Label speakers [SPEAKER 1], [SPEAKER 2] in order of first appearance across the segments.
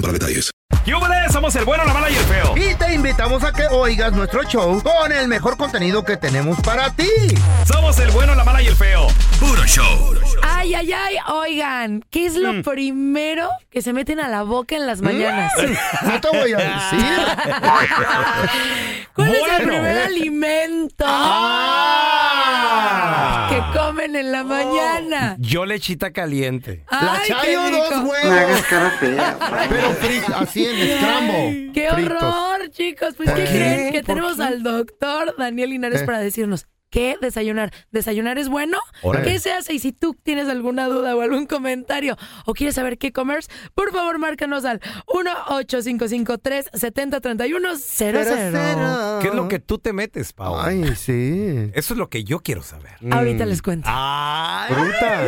[SPEAKER 1] para detalles.
[SPEAKER 2] ¡Yúbales! Somos el bueno, la mala y el feo.
[SPEAKER 3] Y te invitamos a que oigas nuestro show con el mejor contenido que tenemos para ti.
[SPEAKER 2] Somos el bueno, la mala y el feo.
[SPEAKER 1] Puro show.
[SPEAKER 4] Ay, ay, ay, oigan, ¿qué es lo primero que se meten a la boca en las mañanas?
[SPEAKER 3] No te voy a decir.
[SPEAKER 4] ¿Cuál es el
[SPEAKER 2] Bueno.
[SPEAKER 4] primer alimento que
[SPEAKER 2] ¡Ah!
[SPEAKER 4] comen en la mañana?
[SPEAKER 5] Yo lechita caliente.
[SPEAKER 3] Oh. La
[SPEAKER 4] Ay, qué
[SPEAKER 3] chayo dos
[SPEAKER 4] rico.
[SPEAKER 3] huevos. Pero frito, así en escrambo.
[SPEAKER 4] ¡Qué
[SPEAKER 3] fritos.
[SPEAKER 4] horror, chicos! Pues,
[SPEAKER 3] ¿Por
[SPEAKER 4] ¿qué,
[SPEAKER 3] qué?
[SPEAKER 4] creen? Que
[SPEAKER 3] ¿Por
[SPEAKER 4] tenemos al doctor Daniel Linares
[SPEAKER 3] Eh.
[SPEAKER 4] para decirnos qué desayunar. ¿Desayunar es bueno?
[SPEAKER 5] Órale.
[SPEAKER 4] ¿Qué se hace? Y si tú tienes alguna duda o algún comentario o quieres saber qué comer, por favor, márcanos al 1 70 31
[SPEAKER 3] Pero
[SPEAKER 4] 00
[SPEAKER 3] cero.
[SPEAKER 5] ¿Qué es lo que tú te metes, Pau?
[SPEAKER 3] Ay, sí.
[SPEAKER 5] Eso es lo que yo quiero saber.
[SPEAKER 4] Ahorita les cuento.
[SPEAKER 5] Mm. ¡Ay!
[SPEAKER 3] Fruta.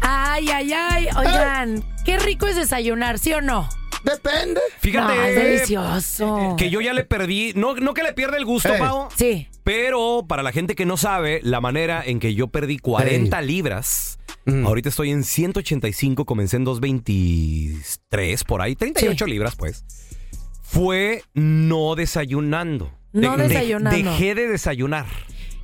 [SPEAKER 4] Ay, ay, ay. Oigan, qué rico es desayunar, ¿sí o no?
[SPEAKER 3] Depende.
[SPEAKER 5] Fíjate.
[SPEAKER 4] No, es delicioso.
[SPEAKER 5] Que yo ya le perdí, no, no que le pierda el gusto,
[SPEAKER 3] Ey.
[SPEAKER 5] Pau,
[SPEAKER 4] Sí.
[SPEAKER 5] pero para la gente que no sabe, la manera en que yo perdí 40 libras,
[SPEAKER 3] Mm.
[SPEAKER 5] ahorita estoy en 185, comencé en 223, por ahí, 38 libras, pues, fue no desayunando.
[SPEAKER 4] No
[SPEAKER 5] De- de-
[SPEAKER 4] desayunando.
[SPEAKER 5] dejé de desayunar.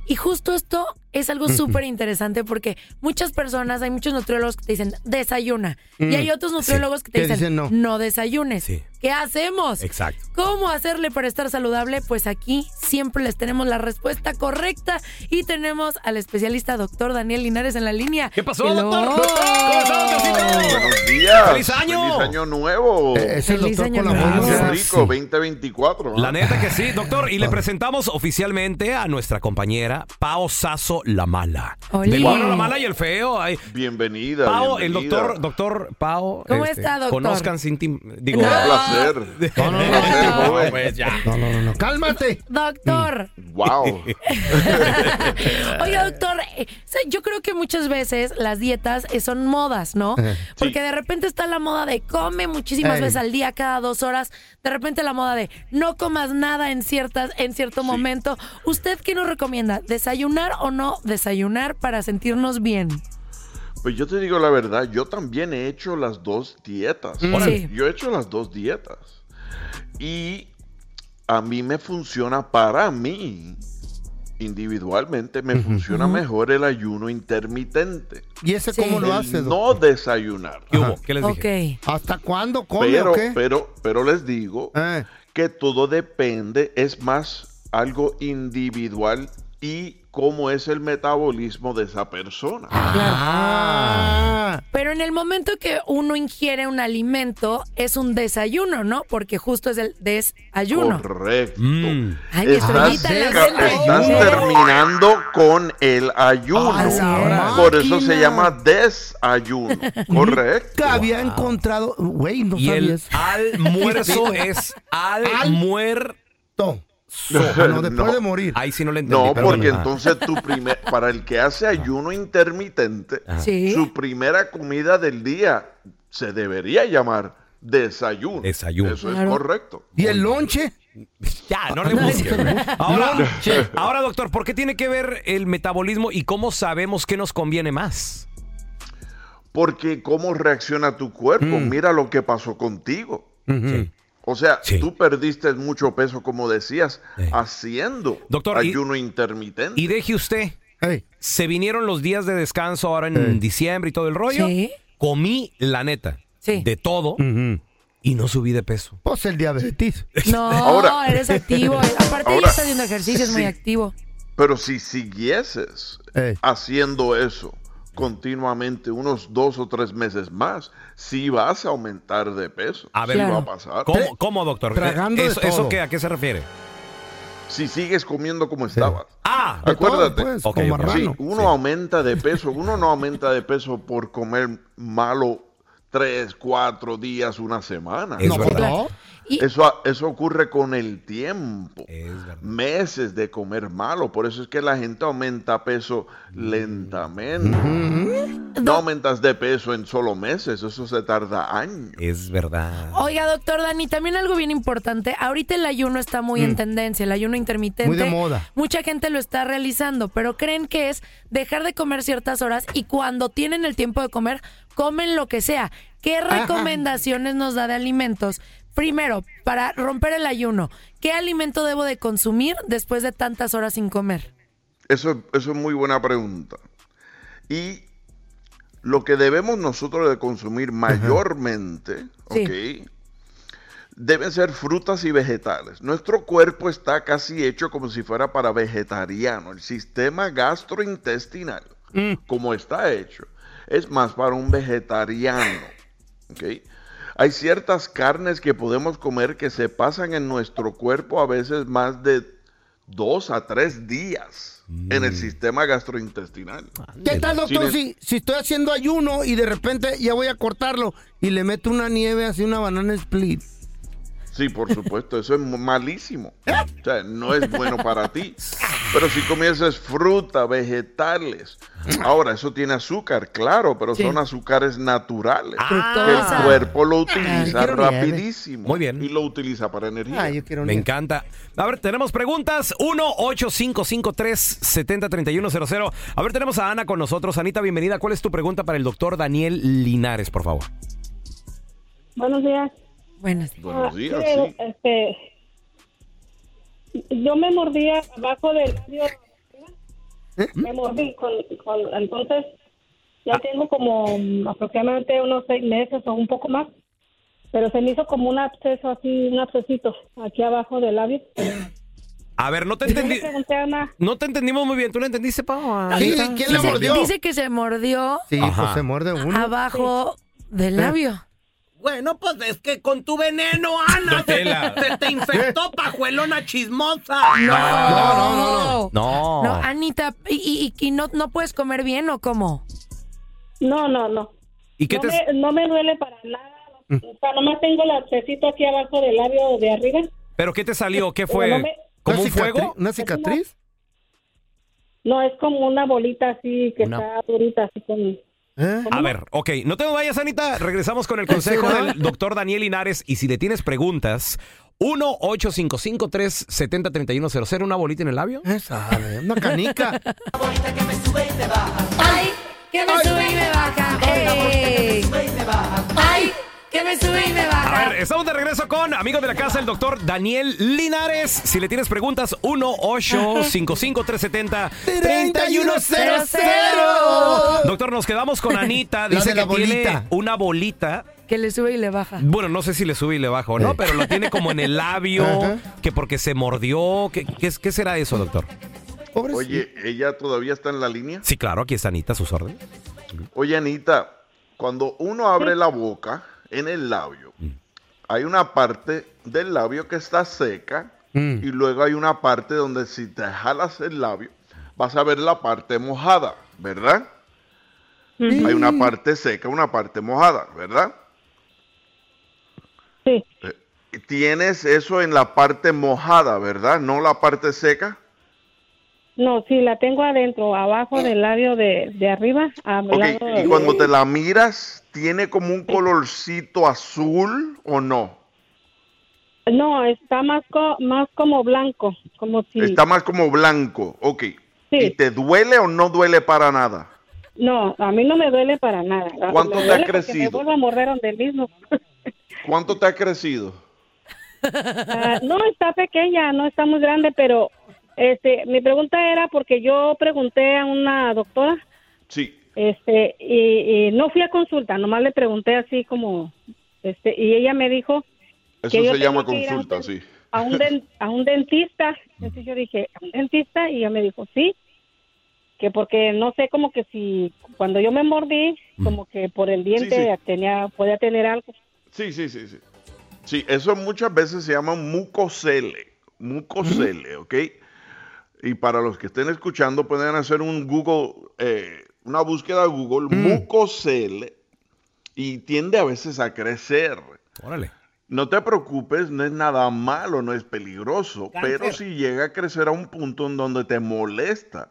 [SPEAKER 4] Y justo esto es algo súper interesante porque muchas personas, hay muchos nutriólogos que te dicen desayuna. Y hay otros nutriólogos que te
[SPEAKER 3] Mm, que
[SPEAKER 4] dicen,
[SPEAKER 3] dicen no.
[SPEAKER 4] desayunes.
[SPEAKER 5] Sí.
[SPEAKER 4] ¿Qué hacemos?
[SPEAKER 5] Exacto.
[SPEAKER 4] ¿Cómo hacerle para estar saludable? Pues aquí siempre les tenemos la respuesta correcta y tenemos al especialista doctor Daniel Linares en la línea.
[SPEAKER 5] ¿Qué pasó,
[SPEAKER 4] Hello.
[SPEAKER 5] doctor? ¿Cómo estás, doctorcito?
[SPEAKER 6] Buenos días.
[SPEAKER 5] ¡Feliz año!
[SPEAKER 6] Ah, ¡Feliz año nuevo!
[SPEAKER 3] Eh, Es el
[SPEAKER 4] Feliz
[SPEAKER 3] doctor
[SPEAKER 4] año
[SPEAKER 3] con la
[SPEAKER 4] nuevo.
[SPEAKER 6] ¡Qué
[SPEAKER 3] voz.
[SPEAKER 6] rico! 2024. ¿no?
[SPEAKER 5] La neta que sí, doctor. Y le presentamos oficialmente a nuestra compañera Pao Sazo La Mala.
[SPEAKER 4] Oli.
[SPEAKER 5] Del bueno, la mala y el feo. Ay,
[SPEAKER 6] Bienvenida.
[SPEAKER 5] Pao, el
[SPEAKER 6] bienvenida.
[SPEAKER 5] doctor, doctor Pao. este,
[SPEAKER 4] ¿Cómo está, doctor?
[SPEAKER 5] Conozcan sin tim- digo,
[SPEAKER 6] Un placer.
[SPEAKER 3] No, no, no,
[SPEAKER 6] Un placer, joven.
[SPEAKER 3] no, no, no, no. Cálmate. Mm.
[SPEAKER 4] Doctor,
[SPEAKER 6] Wow.
[SPEAKER 4] Oiga, doctor, eh, o sea, yo creo que muchas veces las dietas eh, son modas, ¿no? Porque de repente está la moda de come muchísimas
[SPEAKER 3] Ey.
[SPEAKER 4] veces al día, cada dos horas. De repente la moda de no comas nada en ciertas, en cierto momento. ¿Usted qué nos recomienda? ¿Desayunar o no desayunar para sentirnos bien?
[SPEAKER 6] Pues yo te digo la verdad, yo también he hecho las dos dietas.
[SPEAKER 3] Mm,
[SPEAKER 4] Sí.
[SPEAKER 6] Yo he hecho las dos dietas. Y a mí me funciona para mí. Individualmente me funciona mejor el ayuno intermitente.
[SPEAKER 3] ¿Y ese
[SPEAKER 4] Sí.
[SPEAKER 3] cómo lo
[SPEAKER 6] El
[SPEAKER 3] hace, doctor?
[SPEAKER 6] no desayunar.
[SPEAKER 5] ¿Qué hubo? ¿Qué les dije?
[SPEAKER 4] Ok.
[SPEAKER 3] ¿Hasta cuándo come
[SPEAKER 6] Pero,
[SPEAKER 3] o qué?
[SPEAKER 6] pero, pero les digo
[SPEAKER 3] Eh.
[SPEAKER 6] que todo depende, es más algo individual y cómo es el metabolismo de esa persona.
[SPEAKER 3] Ah.
[SPEAKER 4] Pero en el momento que uno ingiere un alimento, es un desayuno, ¿no? Porque justo es el desayuno.
[SPEAKER 6] Correcto.
[SPEAKER 5] Mm.
[SPEAKER 4] Ay, mi
[SPEAKER 6] Estás,
[SPEAKER 4] estrellita, la
[SPEAKER 6] ca-
[SPEAKER 4] gente.
[SPEAKER 6] estás terminando con el ayuno.
[SPEAKER 3] A
[SPEAKER 4] Ah,
[SPEAKER 3] la
[SPEAKER 6] Por eso se
[SPEAKER 3] máquina.
[SPEAKER 6] llama desayuno. Correcto.
[SPEAKER 3] Nunca había encontrado. Güey, no
[SPEAKER 5] Y el
[SPEAKER 3] sabías.
[SPEAKER 5] almuerzo es almuerzo.
[SPEAKER 3] No. Ah, no, después
[SPEAKER 6] No.
[SPEAKER 3] de Ah. morir.
[SPEAKER 5] Ahí sí no le entendí.
[SPEAKER 6] No,
[SPEAKER 5] perdón.
[SPEAKER 6] porque
[SPEAKER 5] Ah.
[SPEAKER 6] entonces tu primer,
[SPEAKER 3] Ah.
[SPEAKER 6] para el que hace ayuno intermitente,
[SPEAKER 4] Sí.
[SPEAKER 6] su primera comida del día se debería llamar desayuno.
[SPEAKER 5] Desayuno.
[SPEAKER 6] Eso
[SPEAKER 5] Claro.
[SPEAKER 6] es correcto.
[SPEAKER 5] ¿Y
[SPEAKER 3] el lonche?
[SPEAKER 5] Ya, no le
[SPEAKER 6] No,
[SPEAKER 5] busque.
[SPEAKER 6] no.
[SPEAKER 5] Ahora,
[SPEAKER 6] Lonche.
[SPEAKER 5] ahora, doctor, ¿por qué tiene que ver el metabolismo y cómo sabemos qué nos conviene más?
[SPEAKER 6] Porque cómo reacciona tu cuerpo,
[SPEAKER 3] Mm.
[SPEAKER 6] mira lo que pasó contigo. O sea, tú perdiste mucho peso, como decías, haciendo
[SPEAKER 5] Doctor, y-
[SPEAKER 6] ayuno intermitente.
[SPEAKER 5] Y deje usted, se vinieron los días de descanso ahora en diciembre y todo el rollo.
[SPEAKER 6] Sí.
[SPEAKER 5] Comí, la neta, de todo y no subí de peso.
[SPEAKER 3] Pues el diabetes.
[SPEAKER 4] No,
[SPEAKER 6] Ahora-
[SPEAKER 4] eres activo. Aparte,
[SPEAKER 6] Ahora-
[SPEAKER 4] ya está haciendo ejercicio, es muy
[SPEAKER 6] Sí.
[SPEAKER 4] activo.
[SPEAKER 6] Pero si siguieses
[SPEAKER 5] Eh.
[SPEAKER 6] haciendo eso continuamente unos dos o tres meses más, sí vas a aumentar de peso.
[SPEAKER 5] A ver,
[SPEAKER 6] Sí va a
[SPEAKER 5] Claro.
[SPEAKER 6] pasar.
[SPEAKER 5] ¿Cómo, cómo, doctor?
[SPEAKER 6] Tragando de
[SPEAKER 5] ¿Eso,
[SPEAKER 6] todo.
[SPEAKER 5] eso qué, ¿A qué se refiere?
[SPEAKER 6] Si sigues comiendo como estabas.
[SPEAKER 5] Ah,
[SPEAKER 6] acuérdate.
[SPEAKER 5] Ok, ok.
[SPEAKER 6] Sí, uno aumenta de peso. Uno no aumenta de peso por comer malo tres, cuatro días, una semana.
[SPEAKER 5] Es No, verdad. claro.
[SPEAKER 4] Y-
[SPEAKER 6] Eso, eso ocurre con el tiempo. Meses de comer malo. Por eso es que la gente aumenta peso lentamente. No aumentas de peso en solo meses. Eso se tarda años.
[SPEAKER 5] Es verdad.
[SPEAKER 3] Oh,
[SPEAKER 4] Oiga, doctor Dani, también algo bien importante. Ahorita el ayuno está muy en tendencia, el ayuno intermitente.
[SPEAKER 3] Muy de moda.
[SPEAKER 4] Mucha gente lo está realizando, pero creen que es dejar de comer ciertas horas y cuando tienen el tiempo de comer, comen lo que sea. ¿Qué recomendaciones nos da de alimentos? Primero, para romper el ayuno, ¿qué alimento debo de consumir después de tantas horas sin comer?
[SPEAKER 6] Eso, eso es muy buena pregunta. Y lo que debemos nosotros de consumir mayormente, ¿ok? Deben ser frutas y vegetales. Nuestro cuerpo está casi hecho como si fuera para vegetariano. El sistema gastrointestinal, como está hecho, es más para un vegetariano, ¿ok? Hay ciertas carnes que podemos comer que se pasan en nuestro cuerpo a veces más de dos a tres días en el sistema gastrointestinal.
[SPEAKER 5] Ah.
[SPEAKER 3] ¿Qué tal, doctor?
[SPEAKER 6] Sin-
[SPEAKER 3] Si, si estoy haciendo ayuno y de repente ya voy a cortarlo y le meto una nieve así, una banana split.
[SPEAKER 6] Sí, por supuesto, eso es malísimo.
[SPEAKER 5] ¿Eh?
[SPEAKER 6] O sea, no es bueno para ti.
[SPEAKER 5] Ah.
[SPEAKER 6] Pero si comienzas fruta, vegetales.
[SPEAKER 5] Ah.
[SPEAKER 6] Ahora, eso tiene azúcar, claro, pero son azúcares naturales. que
[SPEAKER 5] Fructosa.
[SPEAKER 6] el cuerpo lo
[SPEAKER 5] Ah. Ay,
[SPEAKER 6] utiliza
[SPEAKER 5] quiero nieve.
[SPEAKER 6] rapidísimo. Muy bien. Y lo utiliza para energía.
[SPEAKER 5] Me encanta. A ver, tenemos preguntas. 1-855-370-3100. A ver, tenemos a Ana con nosotros. Anita, bienvenida. ¿Cuál es tu pregunta para el doctor Daniel Linares, por favor?
[SPEAKER 7] Buenos días.
[SPEAKER 4] Buenos
[SPEAKER 6] Buenos días,
[SPEAKER 7] Pero,
[SPEAKER 6] sí.
[SPEAKER 7] este, yo me mordía abajo del labio. Me mordí con, con- entonces ya
[SPEAKER 5] Ah.
[SPEAKER 7] tengo como mm, aproximadamente unos seis meses o un poco más, pero se me hizo como un absceso así, un abscesito aquí abajo del labio.
[SPEAKER 5] A ver, no te
[SPEAKER 7] Yo le
[SPEAKER 5] entendí.
[SPEAKER 7] pregunté a Ana,
[SPEAKER 5] No te entendimos muy bien. ¿Tú la entendiste, Pau? Ah. Anita?
[SPEAKER 4] dice, dice que se mordió
[SPEAKER 3] Sí,
[SPEAKER 5] Ajá.
[SPEAKER 3] pues se muerde uno.
[SPEAKER 4] abajo del labio.
[SPEAKER 8] Ah, Bueno, pues es que con tu veneno,
[SPEAKER 7] Ah,
[SPEAKER 8] Ana, se, te- se te infectó pajuelona chismosa.
[SPEAKER 4] No,
[SPEAKER 5] Ah,
[SPEAKER 8] no.
[SPEAKER 4] no, no,
[SPEAKER 5] No.
[SPEAKER 4] no. No, Anita, ¿y, y- y no, no puedes comer bien o cómo?
[SPEAKER 7] no, no, no.
[SPEAKER 5] ¿Y
[SPEAKER 7] no, me, no me duele para nada.
[SPEAKER 5] Mm.
[SPEAKER 7] O sea, nomás tengo el abscesito aquí abajo del labio de arriba.
[SPEAKER 5] ¿Pero qué te salió? ¿Qué
[SPEAKER 7] Pero
[SPEAKER 5] fue?
[SPEAKER 7] no me-
[SPEAKER 5] ¿Como un fuego?
[SPEAKER 3] ¿Una cicatriz?
[SPEAKER 7] No, es como una bolita así que
[SPEAKER 5] Una-
[SPEAKER 7] está durita así con...
[SPEAKER 3] ¿Eh?
[SPEAKER 5] A ver, ok, no te vayas, Anita. Regresamos con el consejo del doctor Daniel Linares. Y si le tienes preguntas, 1-855-370-3100. ¿Una bolita en el labio?
[SPEAKER 3] Esa, ¿Eh? una canica.
[SPEAKER 4] ¡Ay! Que me sube y me baja. ¡Ay! Que me sube y me baja.
[SPEAKER 5] A ver, estamos de regreso con amigo de la casa, el doctor Daniel Linares. Si le tienes preguntas, 1-855-370-3100. Doctor, nos quedamos con Anita.
[SPEAKER 4] La
[SPEAKER 5] Dice
[SPEAKER 4] de la
[SPEAKER 5] que tiene
[SPEAKER 4] bolita.
[SPEAKER 5] una bolita.
[SPEAKER 4] Que le sube y le baja.
[SPEAKER 5] Bueno, no sé si le sube y le baja o no, pero lo tiene como en el labio, que porque se mordió. ¿Qué, qué, es- qué será eso, doctor?
[SPEAKER 6] Oye, ¿ella todavía está en la línea?
[SPEAKER 5] Sí, claro, aquí está Anita, a sus órdenes.
[SPEAKER 6] Oye, Anita, cuando uno abre la boca en el labio, hay una parte del labio que está seca y luego hay una parte donde si te jalas el labio, vas a ver la parte mojada, ¿verdad? Hay una parte seca, una parte mojada, ¿verdad? Eh,
[SPEAKER 7] Sí.
[SPEAKER 6] Tienes eso en la parte mojada, ¿verdad? No la parte seca.
[SPEAKER 7] No, sí, la tengo adentro, abajo del labio de, de arriba. al
[SPEAKER 6] Ok,
[SPEAKER 7] lado-
[SPEAKER 6] y cuando te la miras, ¿Tiene como un colorcito azul o no?
[SPEAKER 7] No, está más, co- más como blanco, como si...
[SPEAKER 6] Está más como blanco, ok.
[SPEAKER 7] Sí.
[SPEAKER 6] ¿Y te duele o no duele para nada?
[SPEAKER 7] No, a mí no me duele para nada.
[SPEAKER 6] ¿Cuánto
[SPEAKER 7] Ah, Me
[SPEAKER 6] te ha
[SPEAKER 7] duele porque Me
[SPEAKER 6] crecido?
[SPEAKER 7] vuelvo a morder donde mismo.
[SPEAKER 6] ¿Cuánto te ha crecido?
[SPEAKER 7] Ah, no, está pequeña, no está muy grande, pero este, mi pregunta era porque yo pregunté a una doctora
[SPEAKER 6] Sí.
[SPEAKER 7] este y, y no fui a consulta, nomás le pregunté así como este y ella me dijo
[SPEAKER 6] Eso
[SPEAKER 7] que yo
[SPEAKER 6] se llama
[SPEAKER 7] tengo que ir a un
[SPEAKER 6] consulta, sí.
[SPEAKER 7] a un, den- a un dentista. Entonces yo dije, ¿a un dentista? Y ella me dijo, sí, que porque no sé, como que si cuando yo me mordí, como que por el diente
[SPEAKER 6] sí.
[SPEAKER 7] tenía podía tener algo.
[SPEAKER 6] Sí, sí, sí, sí. Sí, eso muchas veces se llama mucosele, mucosele, ¿ok? Y para los que estén escuchando pueden hacer un Google, eh, una búsqueda de Google, mucosele, y tiende a veces a crecer.
[SPEAKER 5] Órale.
[SPEAKER 6] No te preocupes, no es nada malo, no es peligroso,
[SPEAKER 9] Cáncer.
[SPEAKER 6] pero si llega a crecer a un punto en donde te molesta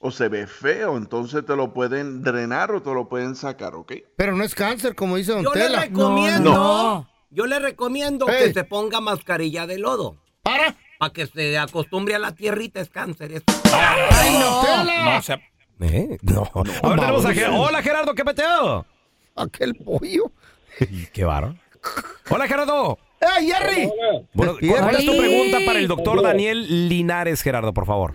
[SPEAKER 6] o se ve feo, entonces te lo pueden drenar o te lo pueden sacar, ¿ok?
[SPEAKER 3] Pero no es cáncer, como dice Don
[SPEAKER 8] Yo le
[SPEAKER 3] Tela.
[SPEAKER 8] recomiendo,
[SPEAKER 6] No.
[SPEAKER 8] yo le recomiendo que se ponga mascarilla de lodo.
[SPEAKER 3] ¿Para?
[SPEAKER 8] Para que se acostumbre a la tierrita, es cáncer. es-
[SPEAKER 3] ¡Ay, no!
[SPEAKER 5] No, o sea, ¿eh? No. A ver, tenemos a Ger- Hola, Gerardo, ¿qué peteo?
[SPEAKER 3] Aquel pollo.
[SPEAKER 5] Qué barro. Hola, Gerardo.
[SPEAKER 3] ¡Eh, Jerry!
[SPEAKER 5] Bueno,
[SPEAKER 3] Despierta.
[SPEAKER 5] ¿cuál es tu
[SPEAKER 3] Oli.
[SPEAKER 5] pregunta para el doctor
[SPEAKER 10] Hola.
[SPEAKER 5] Daniel Linares, Gerardo, por favor?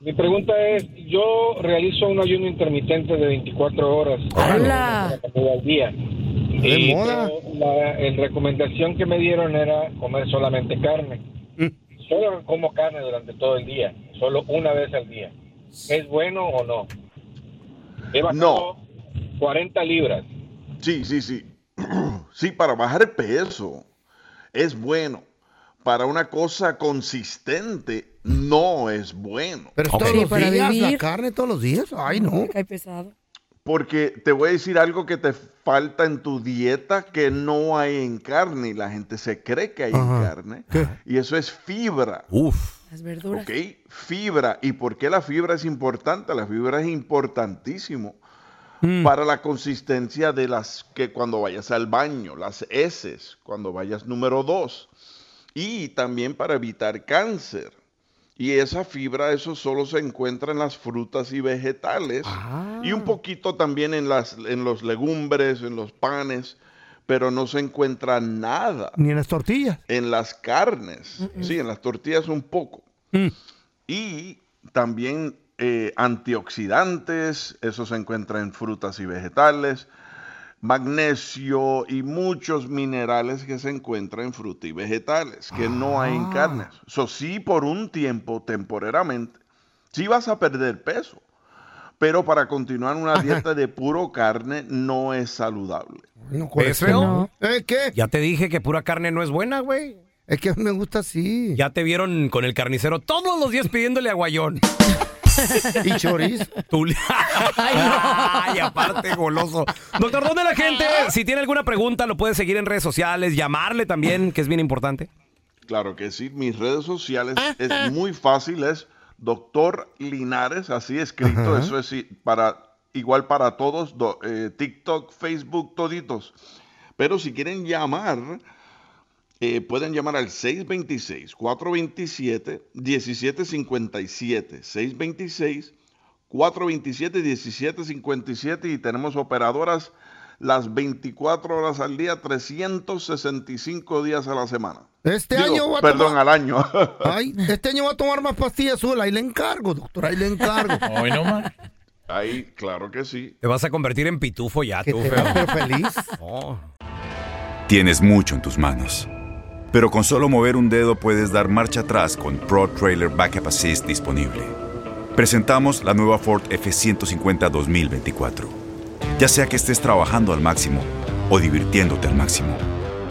[SPEAKER 10] Mi pregunta es, yo realizo un ayuno intermitente de 24 horas al día. Y
[SPEAKER 9] moda.
[SPEAKER 10] yo- la el recomendación que me dieron era comer solamente carne. Solo como carne durante todo el día, solo una vez al día. ¿Es bueno o no? He bajado 40 libras.
[SPEAKER 6] Sí, sí, sí. Sí, para bajar peso es bueno. Para una cosa consistente no es bueno.
[SPEAKER 3] Pero todos los días, la carne todos los días. Ay, no.
[SPEAKER 4] Cae pesado.
[SPEAKER 6] Porque te voy a decir algo que te falta en tu dieta que no hay en carne y la gente se cree que hay en carne. Y eso es fibra.
[SPEAKER 5] Uf.
[SPEAKER 4] Las verduras.
[SPEAKER 6] Ok, fibra. ¿Y por qué la fibra es importante? La fibra es importantísimo para la consistencia de las que cuando vayas al baño, las heces, cuando vayas número dos. Y también para evitar cáncer. Y esa fibra, eso solo se encuentra en las frutas y vegetales. Y un poquito también en, las, en los legumbres, en los panes. Pero no se encuentra nada
[SPEAKER 3] Ni en las tortillas.
[SPEAKER 6] en las carnes, sí, en las tortillas un poco. Y también eh, antioxidantes, eso se encuentra en frutas y vegetales, magnesio y muchos minerales que se encuentran en frutas y vegetales, que no hay en carnes. Eso sí, por un tiempo, temporeramente, sí vas a perder peso, pero para continuar una dieta de puro carne no es saludable.
[SPEAKER 5] ¿Es feo?
[SPEAKER 3] ¿Eh, ¿Qué?
[SPEAKER 5] Ya te dije que pura carne no es buena, güey.
[SPEAKER 3] Es que me gusta así.
[SPEAKER 5] Ya te vieron con el carnicero todos los días pidiéndole aguayón.
[SPEAKER 3] y chorizo.
[SPEAKER 5] Tú le- Ay, aparte, goloso. Doctor, ¿dónde la gente? Si tiene alguna pregunta, lo puede seguir en redes sociales, llamarle también, que es bien importante.
[SPEAKER 6] Claro que sí, mis redes sociales es muy fácil, es Doctor Linares, así escrito,
[SPEAKER 9] Ajá.
[SPEAKER 6] eso es i- para igual para todos, do- eh, TikTok, Facebook, toditos. Pero si quieren llamar, eh, pueden llamar al 626-427-1757, 626 427-1757 y tenemos operadoras las 24 horas al día, 365 días a la semana.
[SPEAKER 3] Este
[SPEAKER 6] Digo,
[SPEAKER 3] año va a
[SPEAKER 6] Perdón, al año.
[SPEAKER 3] Ay, este año va a tomar más pastillas sola. Ahí le encargo, doctor. Ahí le encargo.
[SPEAKER 6] Hoy no más. Ahí, claro que sí.
[SPEAKER 5] Te vas a convertir en pitufo ya, tú,
[SPEAKER 11] te
[SPEAKER 5] feo.
[SPEAKER 11] va,
[SPEAKER 3] pero feliz.
[SPEAKER 11] Tienes mucho en tus manos. Pero con solo mover un dedo puedes dar marcha atrás con Pro Trailer Backup Assist disponible. Presentamos la nueva Ford F150 2024. Ya sea que estés trabajando al máximo o divirtiéndote al máximo,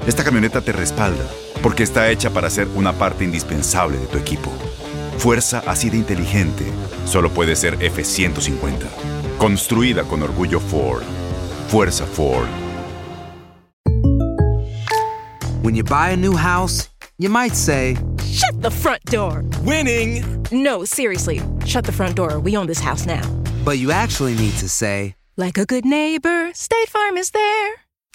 [SPEAKER 11] esta camioneta te respalda porque está hecha para ser una parte indispensable de tu equipo. Fuerza así de inteligente solo puede ser F150. Construida con orgullo Ford. Fuerza Ford.
[SPEAKER 12] When you buy a new house, you might say,
[SPEAKER 13] Shut the front door. Winning. No, seriously. Shut the front door. We own this house now.
[SPEAKER 12] but you actually need to say,
[SPEAKER 13] Like a good neighbor, State Farm is there.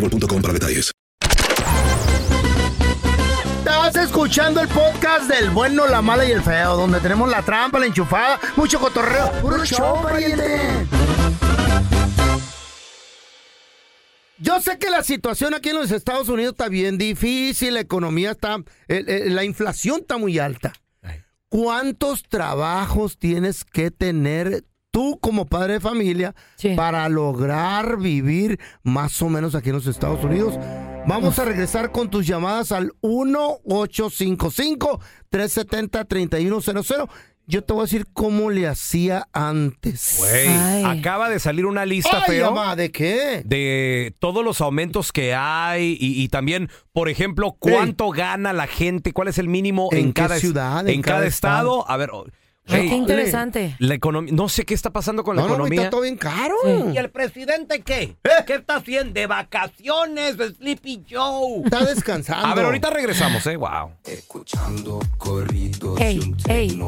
[SPEAKER 1] para detalles.
[SPEAKER 3] Estás escuchando el podcast del bueno, la mala y el feo, donde tenemos la trampa, la enchufada, mucho cotorreo. ¡Puro show, pariente! Yo sé que la situación aquí en los Estados Unidos está bien difícil, la economía está, eh, eh, la inflación está muy alta. ¿Cuántos trabajos tienes que tener tú como padre de familia para lograr vivir más o menos aquí en los Estados Unidos? Vamos a regresar con tus llamadas al 1-855-370-3100. Yo te voy a decir cómo le hacía antes.
[SPEAKER 5] Güey, acaba de salir una lista,
[SPEAKER 3] Ay,
[SPEAKER 5] feo.
[SPEAKER 3] ama, ¿de qué?
[SPEAKER 5] De todos los aumentos que hay y, y también, por ejemplo, cuánto gana la gente, cuál es el mínimo en,
[SPEAKER 3] ¿En qué
[SPEAKER 5] cada es-
[SPEAKER 3] ciudad,
[SPEAKER 5] en, cada, estado. A ver, oh,
[SPEAKER 4] Ay,
[SPEAKER 5] güey,
[SPEAKER 4] qué interesante.
[SPEAKER 5] La economía, no sé qué está pasando con la economía.
[SPEAKER 3] bien caro.
[SPEAKER 8] ¿Y el presidente qué?
[SPEAKER 5] ¿Eh?
[SPEAKER 8] ¿Qué está haciendo? De vacaciones, Sleepy Joe.
[SPEAKER 3] Está descansando.
[SPEAKER 5] A ver, ahorita regresamos, eh, wow.
[SPEAKER 4] Ey, ey.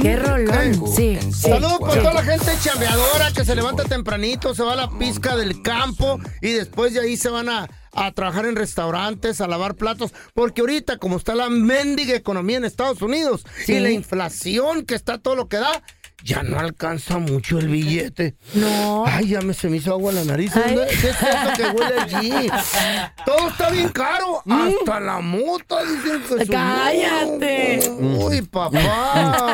[SPEAKER 4] Qué rolón. Sí.
[SPEAKER 3] Saludos para toda la gente chambeadora que se levanta tempranito, se va a la pizca del campo y después de ahí se van a, a trabajar en restaurantes, a lavar platos, porque ahorita como está la mendiga economía en Estados Unidos
[SPEAKER 4] Sí.
[SPEAKER 3] y la inflación que está todo lo que da, ya no alcanza mucho el billete.
[SPEAKER 4] No.
[SPEAKER 3] Ay, ya me se me hizo agua la nariz.
[SPEAKER 4] Ay.
[SPEAKER 3] ¿Qué es eso que huele allí? Todo está bien caro,
[SPEAKER 4] Mm.
[SPEAKER 3] hasta la mota dicen que subió.
[SPEAKER 4] Cállate.
[SPEAKER 3] Uy, papá.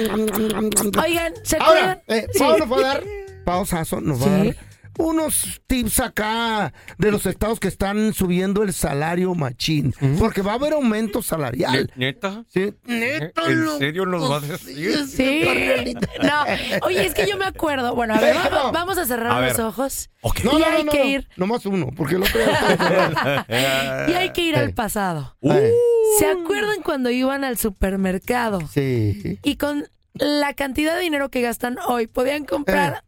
[SPEAKER 4] Oigan, ¿se
[SPEAKER 3] Ahora,
[SPEAKER 4] acuerdan?
[SPEAKER 3] eh,
[SPEAKER 4] Sí.
[SPEAKER 3] Pao nos va a dar, Pao Sasso nos va a dar unos tips acá de los estados que están subiendo el salario machín, porque va a haber aumento salarial.
[SPEAKER 5] ¿Neta?
[SPEAKER 3] Sí. Neta,
[SPEAKER 5] ¿En
[SPEAKER 3] loco,
[SPEAKER 5] serio nos va a decir?
[SPEAKER 4] Sí. No. Oye, es que yo me acuerdo. Bueno, a ver, vamos, vamos a cerrar
[SPEAKER 3] A ver.
[SPEAKER 4] los ojos.
[SPEAKER 3] No, no,
[SPEAKER 4] Y
[SPEAKER 3] no,
[SPEAKER 4] hay
[SPEAKER 3] no,
[SPEAKER 4] que
[SPEAKER 3] no.
[SPEAKER 4] ir.
[SPEAKER 3] Nomás uno, porque el otro ya está-
[SPEAKER 4] Y hay que ir al
[SPEAKER 3] Eh,
[SPEAKER 4] pasado.
[SPEAKER 3] eh,
[SPEAKER 4] ¿Se acuerdan cuando iban al supermercado?
[SPEAKER 3] Sí.
[SPEAKER 4] Y con la cantidad de dinero que gastan hoy, podían comprar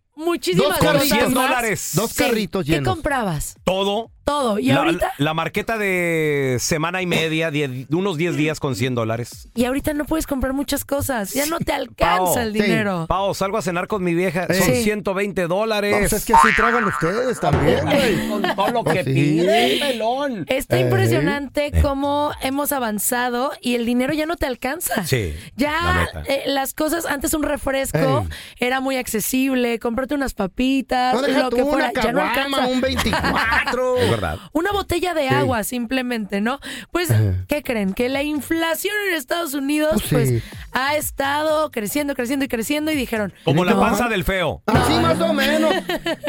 [SPEAKER 5] Dos
[SPEAKER 4] muchísimas
[SPEAKER 5] carritos.
[SPEAKER 4] cosas.
[SPEAKER 5] Cien
[SPEAKER 4] más.
[SPEAKER 5] dólares. Dos
[SPEAKER 4] Sí.
[SPEAKER 5] carritos
[SPEAKER 4] ¿Qué
[SPEAKER 5] llenos.
[SPEAKER 4] comprabas?
[SPEAKER 5] Todo.
[SPEAKER 4] Todo. Y
[SPEAKER 5] la,
[SPEAKER 4] ahorita.
[SPEAKER 5] la marqueta de semana y media, diez- unos 10 días con 100 dólares.
[SPEAKER 4] Y ahorita no puedes comprar muchas cosas. Ya no te alcanza
[SPEAKER 5] Pao,
[SPEAKER 4] el dinero.
[SPEAKER 5] Pao, salgo a cenar con mi vieja. Son
[SPEAKER 3] Sí.
[SPEAKER 5] 120
[SPEAKER 3] No,
[SPEAKER 5] dólares.
[SPEAKER 3] pues es que así tragan ustedes también, güey. Pues
[SPEAKER 5] Con todo lo que
[SPEAKER 3] Sí.
[SPEAKER 5] pide,
[SPEAKER 4] Está
[SPEAKER 3] Eh.
[SPEAKER 4] impresionante cómo hemos avanzado y el dinero ya no te alcanza.
[SPEAKER 5] Sí, la
[SPEAKER 4] Ya
[SPEAKER 5] neta.
[SPEAKER 4] eh, las cosas, antes un refresco era muy accesible, comprarte unas papitas,
[SPEAKER 3] No, deja
[SPEAKER 4] lo
[SPEAKER 3] tú
[SPEAKER 4] que
[SPEAKER 3] una
[SPEAKER 4] fuera, ya no
[SPEAKER 3] caguama,
[SPEAKER 4] alcanza.
[SPEAKER 3] un 24.
[SPEAKER 5] Es verdad.
[SPEAKER 4] Una botella de
[SPEAKER 3] Sí.
[SPEAKER 4] agua simplemente, ¿no? Pues, ¿qué creen? Que la inflación en Estados Unidos
[SPEAKER 5] Pues sí.
[SPEAKER 4] pues ha estado creciendo, creciendo y creciendo y dijeron,
[SPEAKER 5] Como la
[SPEAKER 4] "No,
[SPEAKER 5] panza del feo.
[SPEAKER 3] Así más o menos.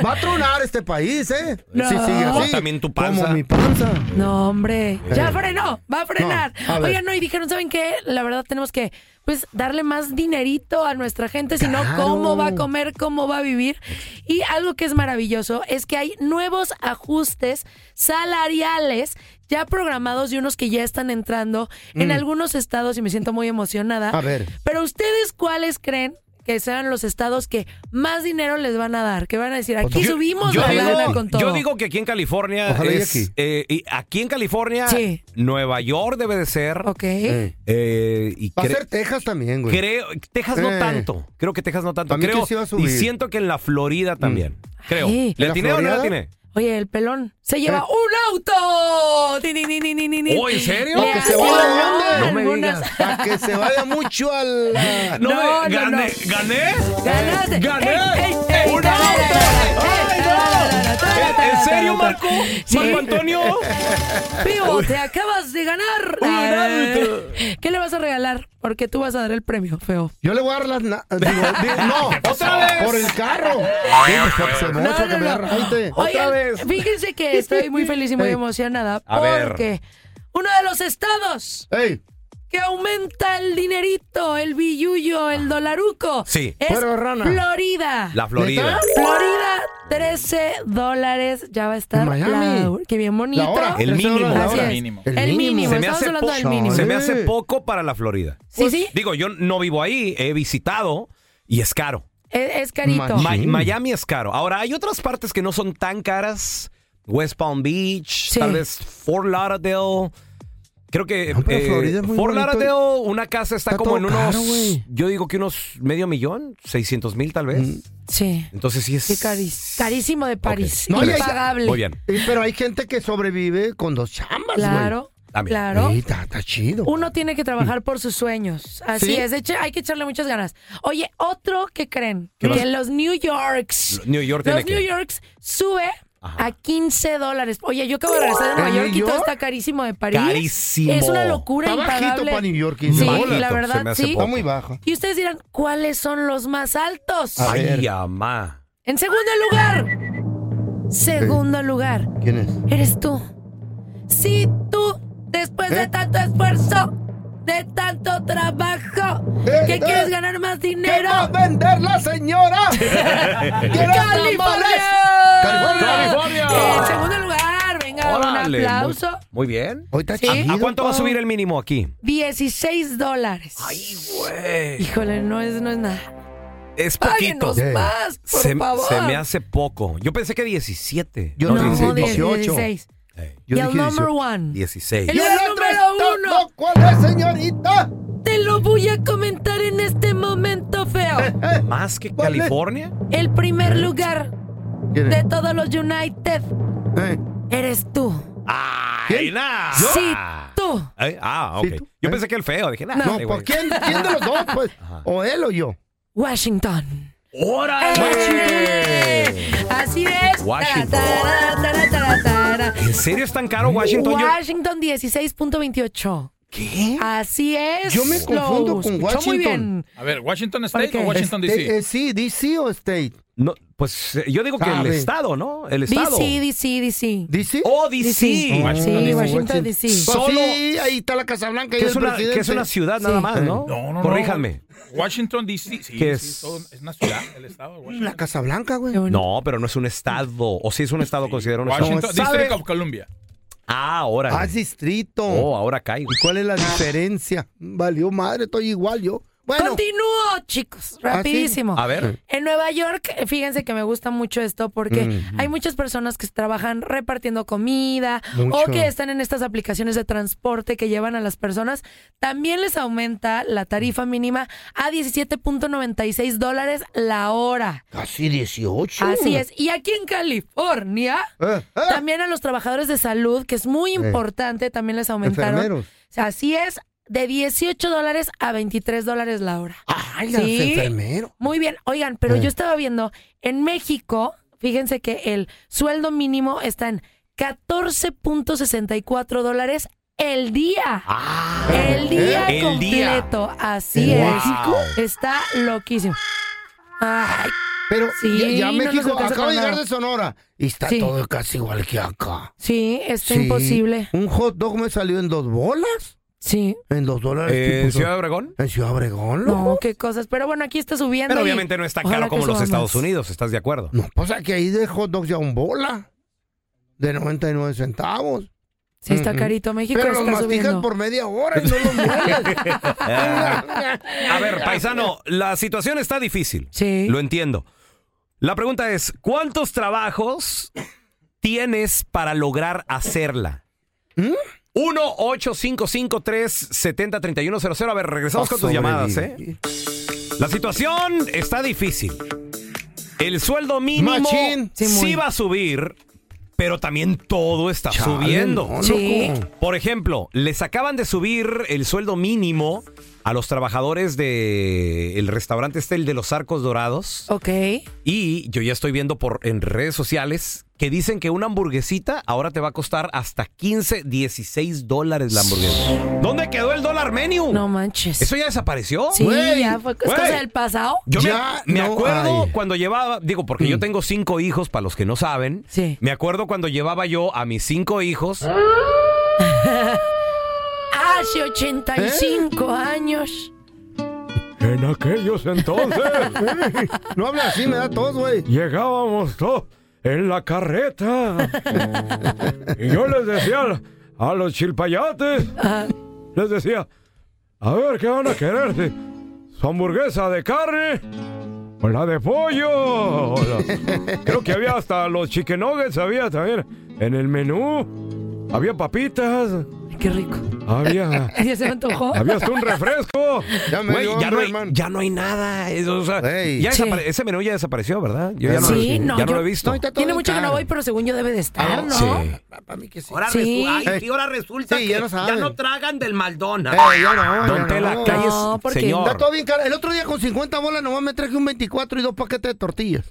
[SPEAKER 3] Va a tronar este país, ¿eh?
[SPEAKER 4] No.
[SPEAKER 3] Si sigue
[SPEAKER 5] O
[SPEAKER 3] así.
[SPEAKER 5] también tu panza.
[SPEAKER 3] Como mi panza.
[SPEAKER 4] No, hombre. Ya
[SPEAKER 3] Eh.
[SPEAKER 4] frenó, va a frenar.
[SPEAKER 3] No, a ver.
[SPEAKER 4] Oigan, no, y dijeron, ¿saben qué? La verdad tenemos que, pues, darle más dinerito a nuestra gente, sino
[SPEAKER 14] Claro.
[SPEAKER 4] cómo va a comer, cómo va a vivir. Y algo que es maravilloso es que hay nuevos ajustes salariales ya programados y unos que ya están entrando en
[SPEAKER 14] Mm.
[SPEAKER 4] algunos estados y me siento muy emocionada.
[SPEAKER 14] A ver.
[SPEAKER 4] Pero ustedes, ¿cuáles creen? que sean los estados que más dinero les van a dar, que van a decir, aquí
[SPEAKER 5] Pues Yo-
[SPEAKER 4] subimos la lana con todo.
[SPEAKER 5] yo digo que aquí en California
[SPEAKER 3] Ojalá y
[SPEAKER 5] es,
[SPEAKER 3] aquí.
[SPEAKER 5] eh, y aquí en California,
[SPEAKER 4] Sí.
[SPEAKER 5] Nueva York debe de ser.
[SPEAKER 4] Ok.
[SPEAKER 5] Eh, y
[SPEAKER 3] Va a
[SPEAKER 5] cre-
[SPEAKER 3] ser Texas también, güey.
[SPEAKER 5] creo Texas no
[SPEAKER 3] Eh.
[SPEAKER 5] tanto. Creo que Texas no tanto.
[SPEAKER 3] Para mí que
[SPEAKER 5] Creo
[SPEAKER 3] sí va a
[SPEAKER 5] y
[SPEAKER 3] subir.
[SPEAKER 5] siento que en la Florida también. Creo.
[SPEAKER 4] Ay.
[SPEAKER 5] ¿Le
[SPEAKER 4] ¿La
[SPEAKER 5] tiene o no
[SPEAKER 4] Florida?
[SPEAKER 5] le tiene?
[SPEAKER 4] Oye, el pelón se lleva
[SPEAKER 5] Eh.
[SPEAKER 4] un auto. Tin, tin, tin, tin, tin, tin.
[SPEAKER 5] Oh, ¿en serio?
[SPEAKER 4] Le
[SPEAKER 5] Que
[SPEAKER 3] se
[SPEAKER 4] hace
[SPEAKER 3] vaya
[SPEAKER 4] falta
[SPEAKER 3] grande. No me
[SPEAKER 4] algunas-
[SPEAKER 3] Para que se vaya mucho al.
[SPEAKER 5] No, me-
[SPEAKER 4] No, no,
[SPEAKER 5] gané,
[SPEAKER 4] no.
[SPEAKER 5] gané.
[SPEAKER 4] Ganaste.
[SPEAKER 5] Gané.
[SPEAKER 4] Ey, ey, ey,
[SPEAKER 5] Un
[SPEAKER 4] la, la, la, la,
[SPEAKER 5] auto.
[SPEAKER 4] la, la, la, la, la,
[SPEAKER 5] ¿En serio, Marco? Marco Antonio.
[SPEAKER 4] Pivo, te acabas de ganar. Eh. ¿Qué le vas a regalar? Porque tú vas a dar el premio, feo.
[SPEAKER 3] Yo le voy a dar las. na- digo, di- no,
[SPEAKER 4] ¿Qué pasó?
[SPEAKER 3] otra vez. Por el carro. pues,
[SPEAKER 4] No, no, no. Oigan, Fíjense que estoy muy feliz y muy
[SPEAKER 5] Eh.
[SPEAKER 3] Ey.
[SPEAKER 4] emocionada
[SPEAKER 3] A ver.
[SPEAKER 4] porque uno de los estados que aumenta el dinerito, el billuyo, el dolaruco,
[SPEAKER 5] Sí.
[SPEAKER 4] es
[SPEAKER 5] Pero,
[SPEAKER 3] rana.
[SPEAKER 4] Florida.
[SPEAKER 5] La Florida.
[SPEAKER 4] Florida, 13 dólares. Ya va a estar.
[SPEAKER 5] En Miami.
[SPEAKER 4] la- qué bien bonito.
[SPEAKER 5] La hora, El 13 mínimo, dólares la
[SPEAKER 4] Así
[SPEAKER 5] hora.
[SPEAKER 4] es.
[SPEAKER 5] El mínimo.
[SPEAKER 4] El
[SPEAKER 5] Se
[SPEAKER 4] mínimo.
[SPEAKER 5] me
[SPEAKER 4] Estamos
[SPEAKER 5] hace
[SPEAKER 4] hablando del
[SPEAKER 5] poco.
[SPEAKER 4] mínimo.
[SPEAKER 5] Se me hace poco para la Florida.
[SPEAKER 4] Sí, sí.
[SPEAKER 5] Digo, yo no vivo ahí, he visitado y es caro.
[SPEAKER 4] Es, es carito.
[SPEAKER 5] Ma- Miami es caro. Ahora, hay otras partes que no son tan caras. West Palm Beach, tal vez Fort Lauderdale. Creo que
[SPEAKER 3] pero
[SPEAKER 5] eh,
[SPEAKER 3] Florida es muy
[SPEAKER 5] Fort
[SPEAKER 3] bonito.
[SPEAKER 5] Lauderdale, una casa está,
[SPEAKER 3] Está
[SPEAKER 5] como en
[SPEAKER 3] todo
[SPEAKER 5] unos,
[SPEAKER 3] caro, güey. Mm.
[SPEAKER 5] yo digo que unos medio millón, 600 mil tal vez.
[SPEAKER 4] Sí.
[SPEAKER 5] Entonces sí es...
[SPEAKER 4] Qué caris- carísimo de París.
[SPEAKER 5] No, y hay-
[SPEAKER 4] Impagable.
[SPEAKER 5] Muy bien.
[SPEAKER 3] Eh, Pero hay gente que sobrevive con dos chambas, güey.
[SPEAKER 4] Claro, También. claro.
[SPEAKER 3] Sí, está, está chido.
[SPEAKER 4] Uno tiene que
[SPEAKER 5] Mm.
[SPEAKER 4] trabajar por sus sueños. Así
[SPEAKER 3] ¿Sí?
[SPEAKER 4] es, de hecho, hay que echarle muchas ganas. Oye, otro que creen,
[SPEAKER 5] ¿Qué
[SPEAKER 4] que
[SPEAKER 5] más?
[SPEAKER 4] los New Yorks.
[SPEAKER 5] New York tiene
[SPEAKER 4] los
[SPEAKER 5] que-
[SPEAKER 4] New Yorks sube a 15 dólares. Oye, yo acabo de regresar de
[SPEAKER 3] ¿En
[SPEAKER 4] Nueva
[SPEAKER 3] New
[SPEAKER 4] York y todo
[SPEAKER 3] York?
[SPEAKER 4] está carísimo de París.
[SPEAKER 5] Carísimo.
[SPEAKER 4] Es una locura
[SPEAKER 3] Está bajito
[SPEAKER 4] impagable.
[SPEAKER 3] para New York,
[SPEAKER 4] Sí,
[SPEAKER 3] 15 dólares.
[SPEAKER 4] la verdad,
[SPEAKER 5] Se me hace
[SPEAKER 4] sí.
[SPEAKER 5] poco.
[SPEAKER 3] Está muy bajo.
[SPEAKER 4] Y ustedes dirán, ¿cuáles son los más altos?
[SPEAKER 5] Ay, amá.
[SPEAKER 4] En segundo lugar. Segundo lugar.
[SPEAKER 3] ¿Quién es?
[SPEAKER 4] Eres tú. Si tú, después de tanto esfuerzo, de tanto trabajo, que
[SPEAKER 3] eh,
[SPEAKER 4] quieres ganar más dinero.
[SPEAKER 3] va a vender la señora? ¡Quiero
[SPEAKER 4] ¡California!
[SPEAKER 3] tamales!
[SPEAKER 5] ¡California!
[SPEAKER 4] En segundo lugar, venga,
[SPEAKER 5] Órale,
[SPEAKER 4] un
[SPEAKER 5] muy-
[SPEAKER 4] aplauso.
[SPEAKER 5] Muy bien.
[SPEAKER 4] Sí. Oh.
[SPEAKER 5] ¿A, a cuánto va a
[SPEAKER 4] chido,
[SPEAKER 5] subir el mínimo aquí?
[SPEAKER 4] 16 dólares. Híjole, no es, no es nada.
[SPEAKER 5] Es
[SPEAKER 4] Páguenos
[SPEAKER 5] poquito.
[SPEAKER 4] más, por
[SPEAKER 5] se,
[SPEAKER 4] favor.
[SPEAKER 5] se me hace poco. Yo pensé que 17.
[SPEAKER 3] Yo
[SPEAKER 5] No,
[SPEAKER 3] dije
[SPEAKER 4] No,
[SPEAKER 3] 18.
[SPEAKER 4] 16.
[SPEAKER 3] Yo
[SPEAKER 4] y el
[SPEAKER 3] dije
[SPEAKER 4] number
[SPEAKER 3] 18.
[SPEAKER 4] one.
[SPEAKER 5] 16.
[SPEAKER 4] El lugar número uno.
[SPEAKER 3] ¿Cuál es, señorita?
[SPEAKER 4] Te lo voy a comentar en este momento, feo.
[SPEAKER 3] Eh.
[SPEAKER 5] ¿Más que California?
[SPEAKER 4] El primer lugar
[SPEAKER 5] ¿Quién
[SPEAKER 4] de todos los United
[SPEAKER 3] Eh.
[SPEAKER 4] eres tú.
[SPEAKER 5] ¡Ay, nah!
[SPEAKER 4] Sí, tú.
[SPEAKER 5] Eh, Ah, ok. Yo pensé que el feo. Dije, nah,
[SPEAKER 4] No,
[SPEAKER 5] este
[SPEAKER 3] ¿Por
[SPEAKER 5] güey.
[SPEAKER 3] quién, quién de los dos, pues? ¿O él o yo?
[SPEAKER 4] Washington.
[SPEAKER 3] Eh.
[SPEAKER 5] ¡Órale!
[SPEAKER 4] Así es.
[SPEAKER 5] Washington.
[SPEAKER 4] Tara, tara, tara, tara.
[SPEAKER 5] ¿En serio es tan caro Washington? Yo-
[SPEAKER 4] Washington 16.28. ¿Qué? Así es.
[SPEAKER 3] Yo me confundo
[SPEAKER 4] Lo
[SPEAKER 3] con
[SPEAKER 4] escuchó Muy
[SPEAKER 3] Washington.
[SPEAKER 4] bien.
[SPEAKER 14] A ver, ¿Washington
[SPEAKER 4] ¿Por
[SPEAKER 14] State
[SPEAKER 4] qué?
[SPEAKER 14] o Washington
[SPEAKER 3] Este-
[SPEAKER 14] DC?
[SPEAKER 3] eh, sí, DC o State.
[SPEAKER 5] No, pues eh, yo digo que el
[SPEAKER 3] Sabe.
[SPEAKER 5] estado, ¿no? El estado.
[SPEAKER 4] DC, DC, DC.
[SPEAKER 3] ¿DC?
[SPEAKER 5] Oh, DC.
[SPEAKER 4] Sí,
[SPEAKER 5] Washington, DC.
[SPEAKER 4] Washington, DC.
[SPEAKER 3] Pues
[SPEAKER 5] Solo-
[SPEAKER 3] sí, ahí está la Casa Blanca.
[SPEAKER 5] Que es, una, que es una ciudad nada más, ¿no?
[SPEAKER 14] No, no,
[SPEAKER 5] Corríjanme.
[SPEAKER 14] no. Washington DC. Sí,
[SPEAKER 5] ¿Qué
[SPEAKER 14] sí,
[SPEAKER 5] es?
[SPEAKER 14] es? todo- es una ciudad, el estado de Washington.
[SPEAKER 3] La Casa Blanca, güey.
[SPEAKER 5] No, pero no es un estado. O sí es un estado, considero un
[SPEAKER 14] Washington,
[SPEAKER 5] estado.
[SPEAKER 14] District of Columbia.
[SPEAKER 5] Ah, ahora.
[SPEAKER 3] Ah, es distrito.
[SPEAKER 5] Oh, ahora caigo.
[SPEAKER 3] ¿Y cuál es la diferencia? Valió madre, estoy igual yo. Bueno.
[SPEAKER 4] Continúo, chicos,
[SPEAKER 3] ¿Ah, sí?
[SPEAKER 4] rapidísimo.
[SPEAKER 3] A ver.
[SPEAKER 4] En Nueva York, fíjense que me gusta mucho esto porque
[SPEAKER 3] Ujú.
[SPEAKER 4] hay muchas personas que trabajan repartiendo comida
[SPEAKER 15] Mucho.
[SPEAKER 4] o que están en estas aplicaciones de transporte que llevan a las personas. También les aumenta la tarifa
[SPEAKER 3] Mm.
[SPEAKER 4] mínima a 17.96 dólares la hora.
[SPEAKER 3] Casi 18.
[SPEAKER 4] Así es. Y aquí en California,
[SPEAKER 3] Ah. Eh,
[SPEAKER 4] también a los trabajadores de salud, que es muy importante, también les aumentaron.
[SPEAKER 3] Enfermeros.
[SPEAKER 4] O sea, así es, de 18 dólares a 23 dólares la hora.
[SPEAKER 3] Ay, los enfermeros.
[SPEAKER 4] Muy bien. Oigan, pero
[SPEAKER 3] Eh.
[SPEAKER 4] yo estaba viendo, en México, fíjense que el sueldo mínimo está en 14.64 dólares el día. el día
[SPEAKER 5] ¿Eh? El día.
[SPEAKER 4] completo. Así
[SPEAKER 5] ¿En
[SPEAKER 4] es.
[SPEAKER 5] México?
[SPEAKER 4] Está loquísimo. Ay,
[SPEAKER 3] Pero
[SPEAKER 4] Sí,
[SPEAKER 3] ya, ya
[SPEAKER 4] no nos
[SPEAKER 3] México
[SPEAKER 4] alcanza
[SPEAKER 3] acaba de
[SPEAKER 4] para
[SPEAKER 3] llegar
[SPEAKER 4] nada.
[SPEAKER 3] de Sonora. Y está
[SPEAKER 4] Sí.
[SPEAKER 3] todo casi igual que acá.
[SPEAKER 4] sí, está
[SPEAKER 3] Sí.
[SPEAKER 4] imposible.
[SPEAKER 3] Un hot dog me salió en dos bolas.
[SPEAKER 4] Sí.
[SPEAKER 3] En dos dólares.
[SPEAKER 5] Eh,
[SPEAKER 3] tipo,
[SPEAKER 5] Ciudad Obregón?
[SPEAKER 3] En Ciudad Obregón, loco.
[SPEAKER 4] No, qué cosas. Pero bueno, aquí está subiendo.
[SPEAKER 5] Pero
[SPEAKER 4] y
[SPEAKER 5] obviamente no está
[SPEAKER 4] ojalá
[SPEAKER 5] caro
[SPEAKER 4] que
[SPEAKER 5] como los
[SPEAKER 4] suba
[SPEAKER 5] Estados
[SPEAKER 4] más.
[SPEAKER 5] Unidos, ¿estás de acuerdo?
[SPEAKER 3] O sea que ahí pues de hot dog ya un bola. De 99 centavos.
[SPEAKER 4] Sí, está
[SPEAKER 3] Ujú.
[SPEAKER 4] carito. México
[SPEAKER 3] Pero
[SPEAKER 4] está
[SPEAKER 3] los masticas
[SPEAKER 4] subiendo.
[SPEAKER 3] por media hora y no los mueles.
[SPEAKER 5] Ah. a ver, paisano, la situación está difícil.
[SPEAKER 4] Sí.
[SPEAKER 5] Lo entiendo. La pregunta es, ¿cuántos trabajos tienes para lograr hacerla?
[SPEAKER 3] ¿Mm?
[SPEAKER 5] 1-855-370-3100. A ver, regresamos
[SPEAKER 3] Pa'
[SPEAKER 5] con tus llamadas, ¿eh?
[SPEAKER 3] sobrevivir.
[SPEAKER 5] La situación está difícil. El sueldo mínimo
[SPEAKER 3] Machín.
[SPEAKER 5] sí,
[SPEAKER 3] Sí, muy.
[SPEAKER 5] va a subir, pero también todo está
[SPEAKER 3] Chale,
[SPEAKER 5] subiendo.
[SPEAKER 3] no, Sí. loco.
[SPEAKER 5] Por ejemplo, les acaban de subir el sueldo mínimo a los trabajadores de el restaurante este, el de los Arcos Dorados.
[SPEAKER 4] Ok.
[SPEAKER 5] Y yo ya estoy viendo por en redes sociales que dicen que una hamburguesita ahora te va a costar hasta 15, 16 dólares la hamburguesa. ¿Dónde quedó el dólar menu?
[SPEAKER 4] No manches.
[SPEAKER 5] ¿Eso ya desapareció?
[SPEAKER 4] Sí,
[SPEAKER 5] Güey.
[SPEAKER 4] ya fue es
[SPEAKER 5] Güey.
[SPEAKER 4] cosa del pasado.
[SPEAKER 5] Yo me- me,
[SPEAKER 4] no
[SPEAKER 5] acuerdo
[SPEAKER 4] hay. Mm.
[SPEAKER 5] cuando llevaba, digo, porque yo tengo cinco hijos, para los que no saben. Me acuerdo cuando llevaba yo a mis cinco hijos.
[SPEAKER 4] Ah. Hace
[SPEAKER 5] ¿Eh?
[SPEAKER 4] 85 años.
[SPEAKER 5] En aquellos entonces.
[SPEAKER 3] no habla así, me da tos, güey.
[SPEAKER 5] Llegábamos todos en la carreta. y yo les decía al- a los chilpayates, les decía, a ver qué van a querer, si su hamburguesa de carne o la de pollo. o la-". Creo que había hasta los chicken nuggets, había también en el menú, había papitas.
[SPEAKER 4] Qué rico.
[SPEAKER 5] Había...
[SPEAKER 4] Ya se me antojó.
[SPEAKER 5] Había hasta un refresco.
[SPEAKER 3] Ya me
[SPEAKER 5] Güey,
[SPEAKER 3] dio
[SPEAKER 5] ya,
[SPEAKER 3] hambre,
[SPEAKER 5] no hay, ya no hay nada. es- o sea, ya
[SPEAKER 4] Sí.
[SPEAKER 5] desapare- Ese menú ya desapareció, ¿verdad? Yo ya no, ya
[SPEAKER 4] sí, no,
[SPEAKER 5] no
[SPEAKER 4] yo-
[SPEAKER 5] lo he visto.
[SPEAKER 4] Tiene mucho que no voy, pero según yo debe de estar, ¿no?
[SPEAKER 3] Ah,
[SPEAKER 5] Sí.
[SPEAKER 16] Ahora,
[SPEAKER 4] Sí.
[SPEAKER 16] resu- ay,
[SPEAKER 4] Eh.
[SPEAKER 16] sí, ahora resulta
[SPEAKER 3] Sí,
[SPEAKER 16] que
[SPEAKER 3] ya
[SPEAKER 16] ya
[SPEAKER 3] no
[SPEAKER 16] no,
[SPEAKER 3] saben.
[SPEAKER 16] tragan del Maldona.
[SPEAKER 3] Eh, ya no, ya no.
[SPEAKER 16] No, porque-
[SPEAKER 3] Está todo bien caro. El otro día con 50 bolas nomás me traje un 24 y dos paquetes de tortillas.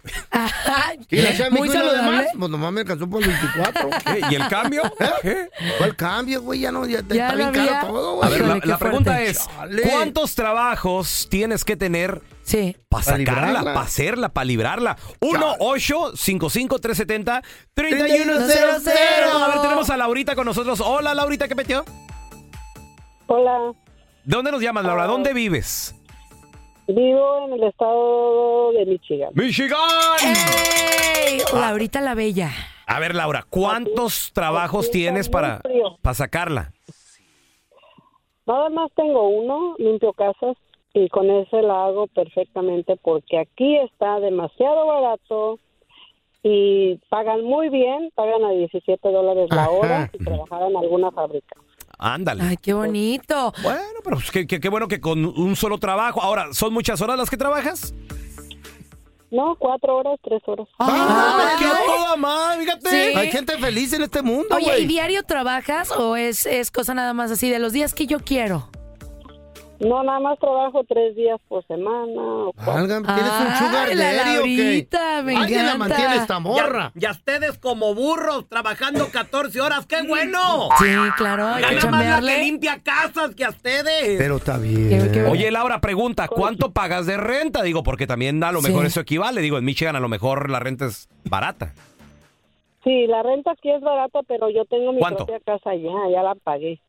[SPEAKER 3] y la chava me
[SPEAKER 4] Muy
[SPEAKER 3] dijo, "¿Y lo
[SPEAKER 4] saludable.
[SPEAKER 3] demás?" Pues nomás me alcanzó por 24.
[SPEAKER 5] ¿Qué? ¿Y el cambio?
[SPEAKER 3] ¿Eh?
[SPEAKER 5] ¿Qué?
[SPEAKER 3] ¿Cuál cambio, güey? Ya no, ya, te-
[SPEAKER 4] Ya
[SPEAKER 3] está
[SPEAKER 4] no
[SPEAKER 3] bien caro
[SPEAKER 4] había.
[SPEAKER 3] todo,
[SPEAKER 5] A
[SPEAKER 3] güey.
[SPEAKER 5] ver, la, la pregunta es,
[SPEAKER 3] Chale.
[SPEAKER 5] ¿cuántos trabajos tienes que tener para
[SPEAKER 3] Para
[SPEAKER 5] sacarla,
[SPEAKER 3] librarla.
[SPEAKER 5] para hacerla, para librarla? 1 8 55 370
[SPEAKER 16] 3100.
[SPEAKER 5] A ver, tenemos a Laurita con nosotros. Hola, Laurita, ¿qué metió?
[SPEAKER 7] Hola,
[SPEAKER 5] ¿De dónde nos llamas, Laura? ¿Dónde vives?
[SPEAKER 7] vivo en el estado de Michigan.
[SPEAKER 5] ¡Michigan!
[SPEAKER 13] Eh.
[SPEAKER 4] ¡Ey! Laurita la Bella.
[SPEAKER 5] A ver, Laura, ¿cuántos trabajos tienes para,
[SPEAKER 7] frío.
[SPEAKER 5] para sacarla?
[SPEAKER 7] Nada más tengo uno, limpio casas, y con ese la hago perfectamente porque aquí está demasiado barato y pagan muy bien, pagan a 17 dólares la hora si trabajaran en alguna fábrica.
[SPEAKER 5] Ándale.
[SPEAKER 4] Ay, qué bonito.
[SPEAKER 5] Bueno, pero pues, qué, qué- qué bueno que con un solo trabajo. Ahora, ¿son muchas horas las que trabajas?
[SPEAKER 7] No, cuatro horas, tres horas.
[SPEAKER 5] ¡Ah, qué a toda madre! Fíjate.
[SPEAKER 4] Sí.
[SPEAKER 3] Hay gente feliz en este mundo,
[SPEAKER 4] Oye, ¿y
[SPEAKER 3] güey.
[SPEAKER 4] diario trabajas o es, es cosa nada más así de los días que yo quiero?
[SPEAKER 7] No, nada más trabajo tres días por semana. O
[SPEAKER 3] Valgan, ¿tienes un sugar daddy o qué? Alguien la mantiene esta morra.
[SPEAKER 16] Ya, ya ustedes como burros trabajando 14 horas, ¡qué bueno!
[SPEAKER 3] Sí, claro, hay
[SPEAKER 16] Gana
[SPEAKER 3] que
[SPEAKER 16] más la
[SPEAKER 3] chambearle.
[SPEAKER 16] que limpia casas que a ustedes.
[SPEAKER 3] Pero está bien.
[SPEAKER 5] Oye, Laura, pregunta, ¿cuánto pagas de renta? Digo, porque también a lo mejor
[SPEAKER 7] Sí.
[SPEAKER 5] eso equivale. Digo, en Michigan a lo mejor la renta es barata.
[SPEAKER 7] Sí, la renta aquí es barata, pero yo tengo mi
[SPEAKER 5] ¿Cuánto?
[SPEAKER 7] propia casa ya, ya la pagué.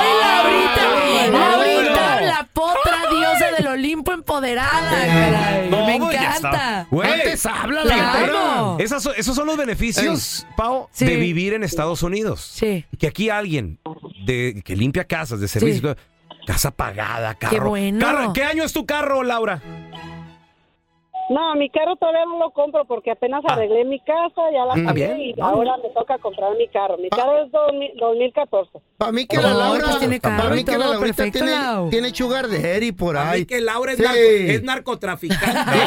[SPEAKER 4] ¡Ay, Laurita, la potra diosa del Olimpo empoderada, caray. Me
[SPEAKER 5] pues ya
[SPEAKER 4] encanta.
[SPEAKER 5] está. Güey.
[SPEAKER 4] Antes habla la
[SPEAKER 5] Fíjate,
[SPEAKER 4] Claro.
[SPEAKER 5] esas son- esos son los beneficios, Pau,
[SPEAKER 4] Sí.
[SPEAKER 5] de vivir en Estados Unidos.
[SPEAKER 4] Sí.
[SPEAKER 5] Que aquí alguien de, que limpia casas, de servicio, casa pagada, carro.
[SPEAKER 4] bueno.
[SPEAKER 5] Carro- ¿Qué año es tu carro, Laura?
[SPEAKER 7] No, mi carro todavía no lo compro porque apenas arreglé mi casa, ya la
[SPEAKER 5] Ah,
[SPEAKER 7] pagué
[SPEAKER 5] bien.
[SPEAKER 7] y
[SPEAKER 5] Ah.
[SPEAKER 7] ahora me toca comprar mi carro. Mi carro es 2000 2014.
[SPEAKER 3] Para mí que la Laura,
[SPEAKER 4] pues tiene
[SPEAKER 3] para
[SPEAKER 4] carro
[SPEAKER 3] mí
[SPEAKER 4] y
[SPEAKER 3] que la
[SPEAKER 4] todo,
[SPEAKER 3] Laurita
[SPEAKER 4] perfecto,
[SPEAKER 3] tiene,
[SPEAKER 4] Lau.
[SPEAKER 3] tiene sugar daddy por
[SPEAKER 16] A mí
[SPEAKER 3] ahí.
[SPEAKER 16] que Laura es,
[SPEAKER 3] Sí.
[SPEAKER 16] narco- es narcotraficante.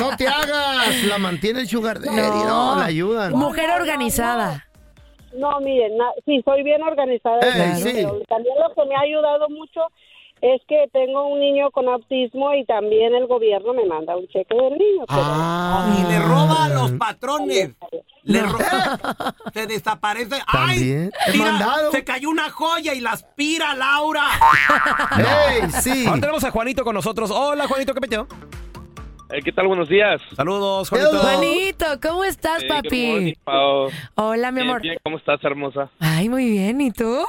[SPEAKER 3] No te hagas, la mantiene el sugar daddy, no, la ayudan.
[SPEAKER 4] Mujer organizada.
[SPEAKER 7] No, miren, na- sí, soy bien organizada.
[SPEAKER 3] Ey,
[SPEAKER 7] pero
[SPEAKER 3] sí.
[SPEAKER 7] También lo que me ha ayudado mucho es que tengo un niño con autismo y también el gobierno me manda un cheque del niño. pero-
[SPEAKER 3] Ah.
[SPEAKER 16] Y le roba a los patrones. Le roba. Se desaparece.
[SPEAKER 3] También.
[SPEAKER 16] ¡Ay!
[SPEAKER 3] He
[SPEAKER 16] Mira,
[SPEAKER 3] mandado.
[SPEAKER 16] se cayó una joya y la aspira Laura.
[SPEAKER 3] ¡Ey, sí!
[SPEAKER 5] Ahora tenemos a Juanito con nosotros. Hola, Juanito, ¿qué metió?
[SPEAKER 17] Eh, ¿Qué tal? Buenos días.
[SPEAKER 5] Saludos, Juanito.
[SPEAKER 4] Juanito, ¿cómo estás,
[SPEAKER 17] Eh, good morning,
[SPEAKER 4] papi?
[SPEAKER 17] Pao.
[SPEAKER 4] Hola, mi
[SPEAKER 17] Bien,
[SPEAKER 4] amor.
[SPEAKER 17] bien, ¿cómo estás, hermosa?
[SPEAKER 4] Ay, muy bien, ¿y tú?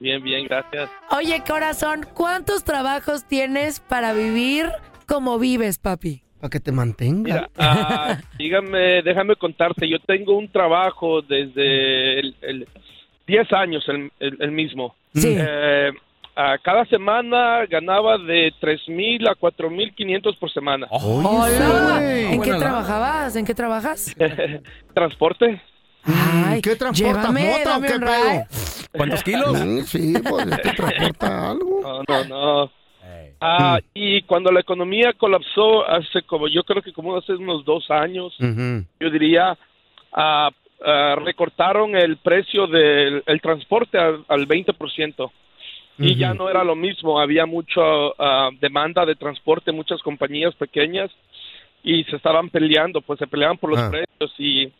[SPEAKER 17] Bien, bien, gracias.
[SPEAKER 4] Oye, corazón, ¿cuántos trabajos tienes para vivir como vives, papi?
[SPEAKER 3] Para que te mantenga.
[SPEAKER 17] Ah, dígame, déjame contarte. Yo tengo un trabajo desde el, el 10 años, el, el- el mismo.
[SPEAKER 4] Sí.
[SPEAKER 17] Eh, a cada semana ganaba de 3.000 a 4.500 por semana.
[SPEAKER 4] Hola. ¿En qué
[SPEAKER 17] Buena
[SPEAKER 4] trabajabas? ¿En qué trabajas?
[SPEAKER 17] ¿Transporte?
[SPEAKER 4] Ay,
[SPEAKER 3] ¿Qué transportas
[SPEAKER 4] llévame,
[SPEAKER 3] mota o
[SPEAKER 4] dame
[SPEAKER 3] qué
[SPEAKER 4] un
[SPEAKER 3] pedo?
[SPEAKER 4] ride.
[SPEAKER 5] ¿Cuántos kilos?
[SPEAKER 3] Mm, Sí, pues es que transporta algo. Mm.
[SPEAKER 17] No, no, no. Ah, y cuando la economía colapsó hace como, yo creo que como hace unos dos años,
[SPEAKER 5] Mm.
[SPEAKER 17] yo diría, ah, ah, recortaron el precio del el transporte al, al 20%. Y ya no era lo mismo, había mucha ah, demanda de transporte, muchas compañías pequeñas y se estaban peleando, pues se peleaban por los
[SPEAKER 1] Ah.
[SPEAKER 17] precios y,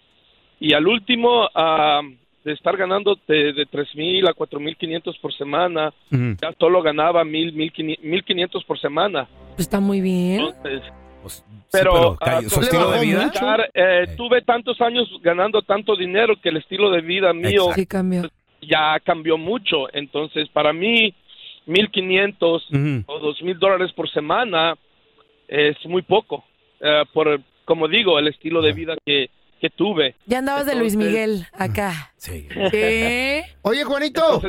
[SPEAKER 17] y al último, ah, de estar ganando de, de 3.000 a 4.500 por semana,
[SPEAKER 4] Ujú.
[SPEAKER 17] ya solo ganaba 1.000, 1.500 1.500 por semana.
[SPEAKER 4] Está muy bien.
[SPEAKER 17] Entonces,
[SPEAKER 5] Pues, pero,
[SPEAKER 17] pero
[SPEAKER 5] ca-
[SPEAKER 17] ah,
[SPEAKER 5] ¿su estilo
[SPEAKER 17] tuve
[SPEAKER 5] de
[SPEAKER 17] que
[SPEAKER 5] vida?
[SPEAKER 17] buscar, eh, tuve tantos años ganando tanto dinero que el estilo de vida mío
[SPEAKER 4] Sí, cambió.
[SPEAKER 17] ya cambió mucho. Entonces, para mí, 1500
[SPEAKER 3] Ujú.
[SPEAKER 17] o 2000 dólares por semana es muy poco. eh, por, como digo, el estilo de vida que, que tuve.
[SPEAKER 4] Ya andabas de Luis Miguel acá.
[SPEAKER 5] Sí.
[SPEAKER 4] ¿Qué?
[SPEAKER 3] Oye, Juanito.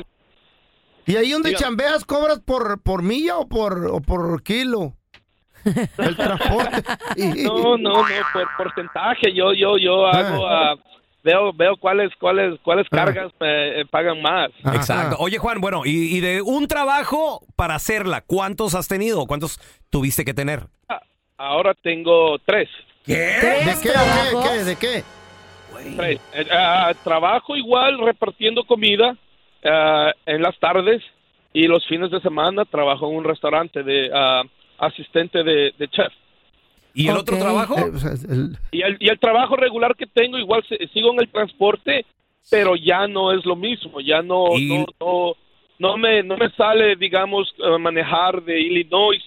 [SPEAKER 3] ¿Y ahí donde chambeas cobras por, por milla o por, o por kilo?
[SPEAKER 17] No, no, no, por porcentaje. Yo, yo, yo hago. ah, veo, veo cuáles, cuáles, cuáles
[SPEAKER 5] Ah.
[SPEAKER 17] cargas me eh, pagan más.
[SPEAKER 5] Exacto. Oye, Juan, bueno, y, y de un trabajo para hacerla, ¿cuántos has tenido? ¿Cuántos tuviste que tener?
[SPEAKER 17] Ahora tengo tres.
[SPEAKER 3] ¿De qué o qué? qué? ¿De qué?
[SPEAKER 17] Tres. Eh, ah, trabajo igual repartiendo comida ah, en las tardes y los fines de semana trabajo en un restaurante de ah, asistente de, de chef.
[SPEAKER 5] ¿Y el otro trabajo?
[SPEAKER 3] Eh, o sea, el-
[SPEAKER 17] Y el, y el trabajo regular que tengo igual se- sigo en el transporte, pero ya no es lo mismo, ya no no, no, no me no me sale digamos eh, manejar de Illinois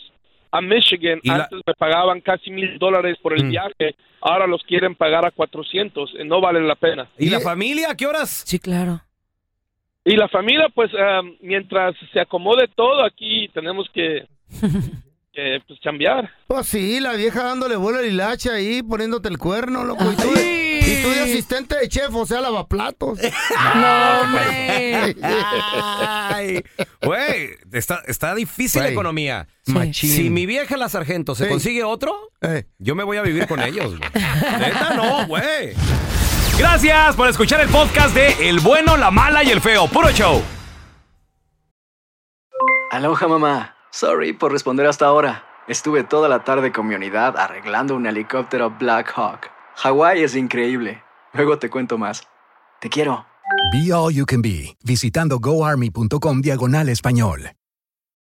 [SPEAKER 17] a Michigan. Antes me pagaban casi mil dólares por
[SPEAKER 5] Mm.
[SPEAKER 3] mm.
[SPEAKER 17] el viaje, ahora los quieren pagar a 400, eh, no vale la pena.
[SPEAKER 5] ¿Y la familia? ¿A qué horas?
[SPEAKER 4] Sí, claro.
[SPEAKER 17] Y la familia, pues, ah, mientras se acomode todo, aquí tenemos que, que, pues, chambear.
[SPEAKER 3] Pues sí, la vieja dándole vuelo al hilacha ahí, poniéndote el cuerno, loco. Y tú, de, y tú de asistente de chef, o sea, lavaplatos.
[SPEAKER 4] no,
[SPEAKER 5] hombre. Ay, güey, está, está difícil la
[SPEAKER 3] Güey.
[SPEAKER 5] economía.
[SPEAKER 3] Sí.
[SPEAKER 5] Machín. Si mi vieja la sargento se
[SPEAKER 3] Sí. Eh.
[SPEAKER 5] consigue otro, yo me voy a vivir con ellos, güey. Neta, no, güey.
[SPEAKER 2] Gracias por escuchar el podcast de El bueno, la mala y el feo. Puro show.
[SPEAKER 9] Aloha mamá. Sorry por responder hasta ahora. Estuve toda la tarde con mi unidad arreglando un helicóptero Black Hawk. Hawái es increíble. Luego te cuento más. Te quiero.
[SPEAKER 18] Be All You Can Be, visitando goarmy.com diagonal español.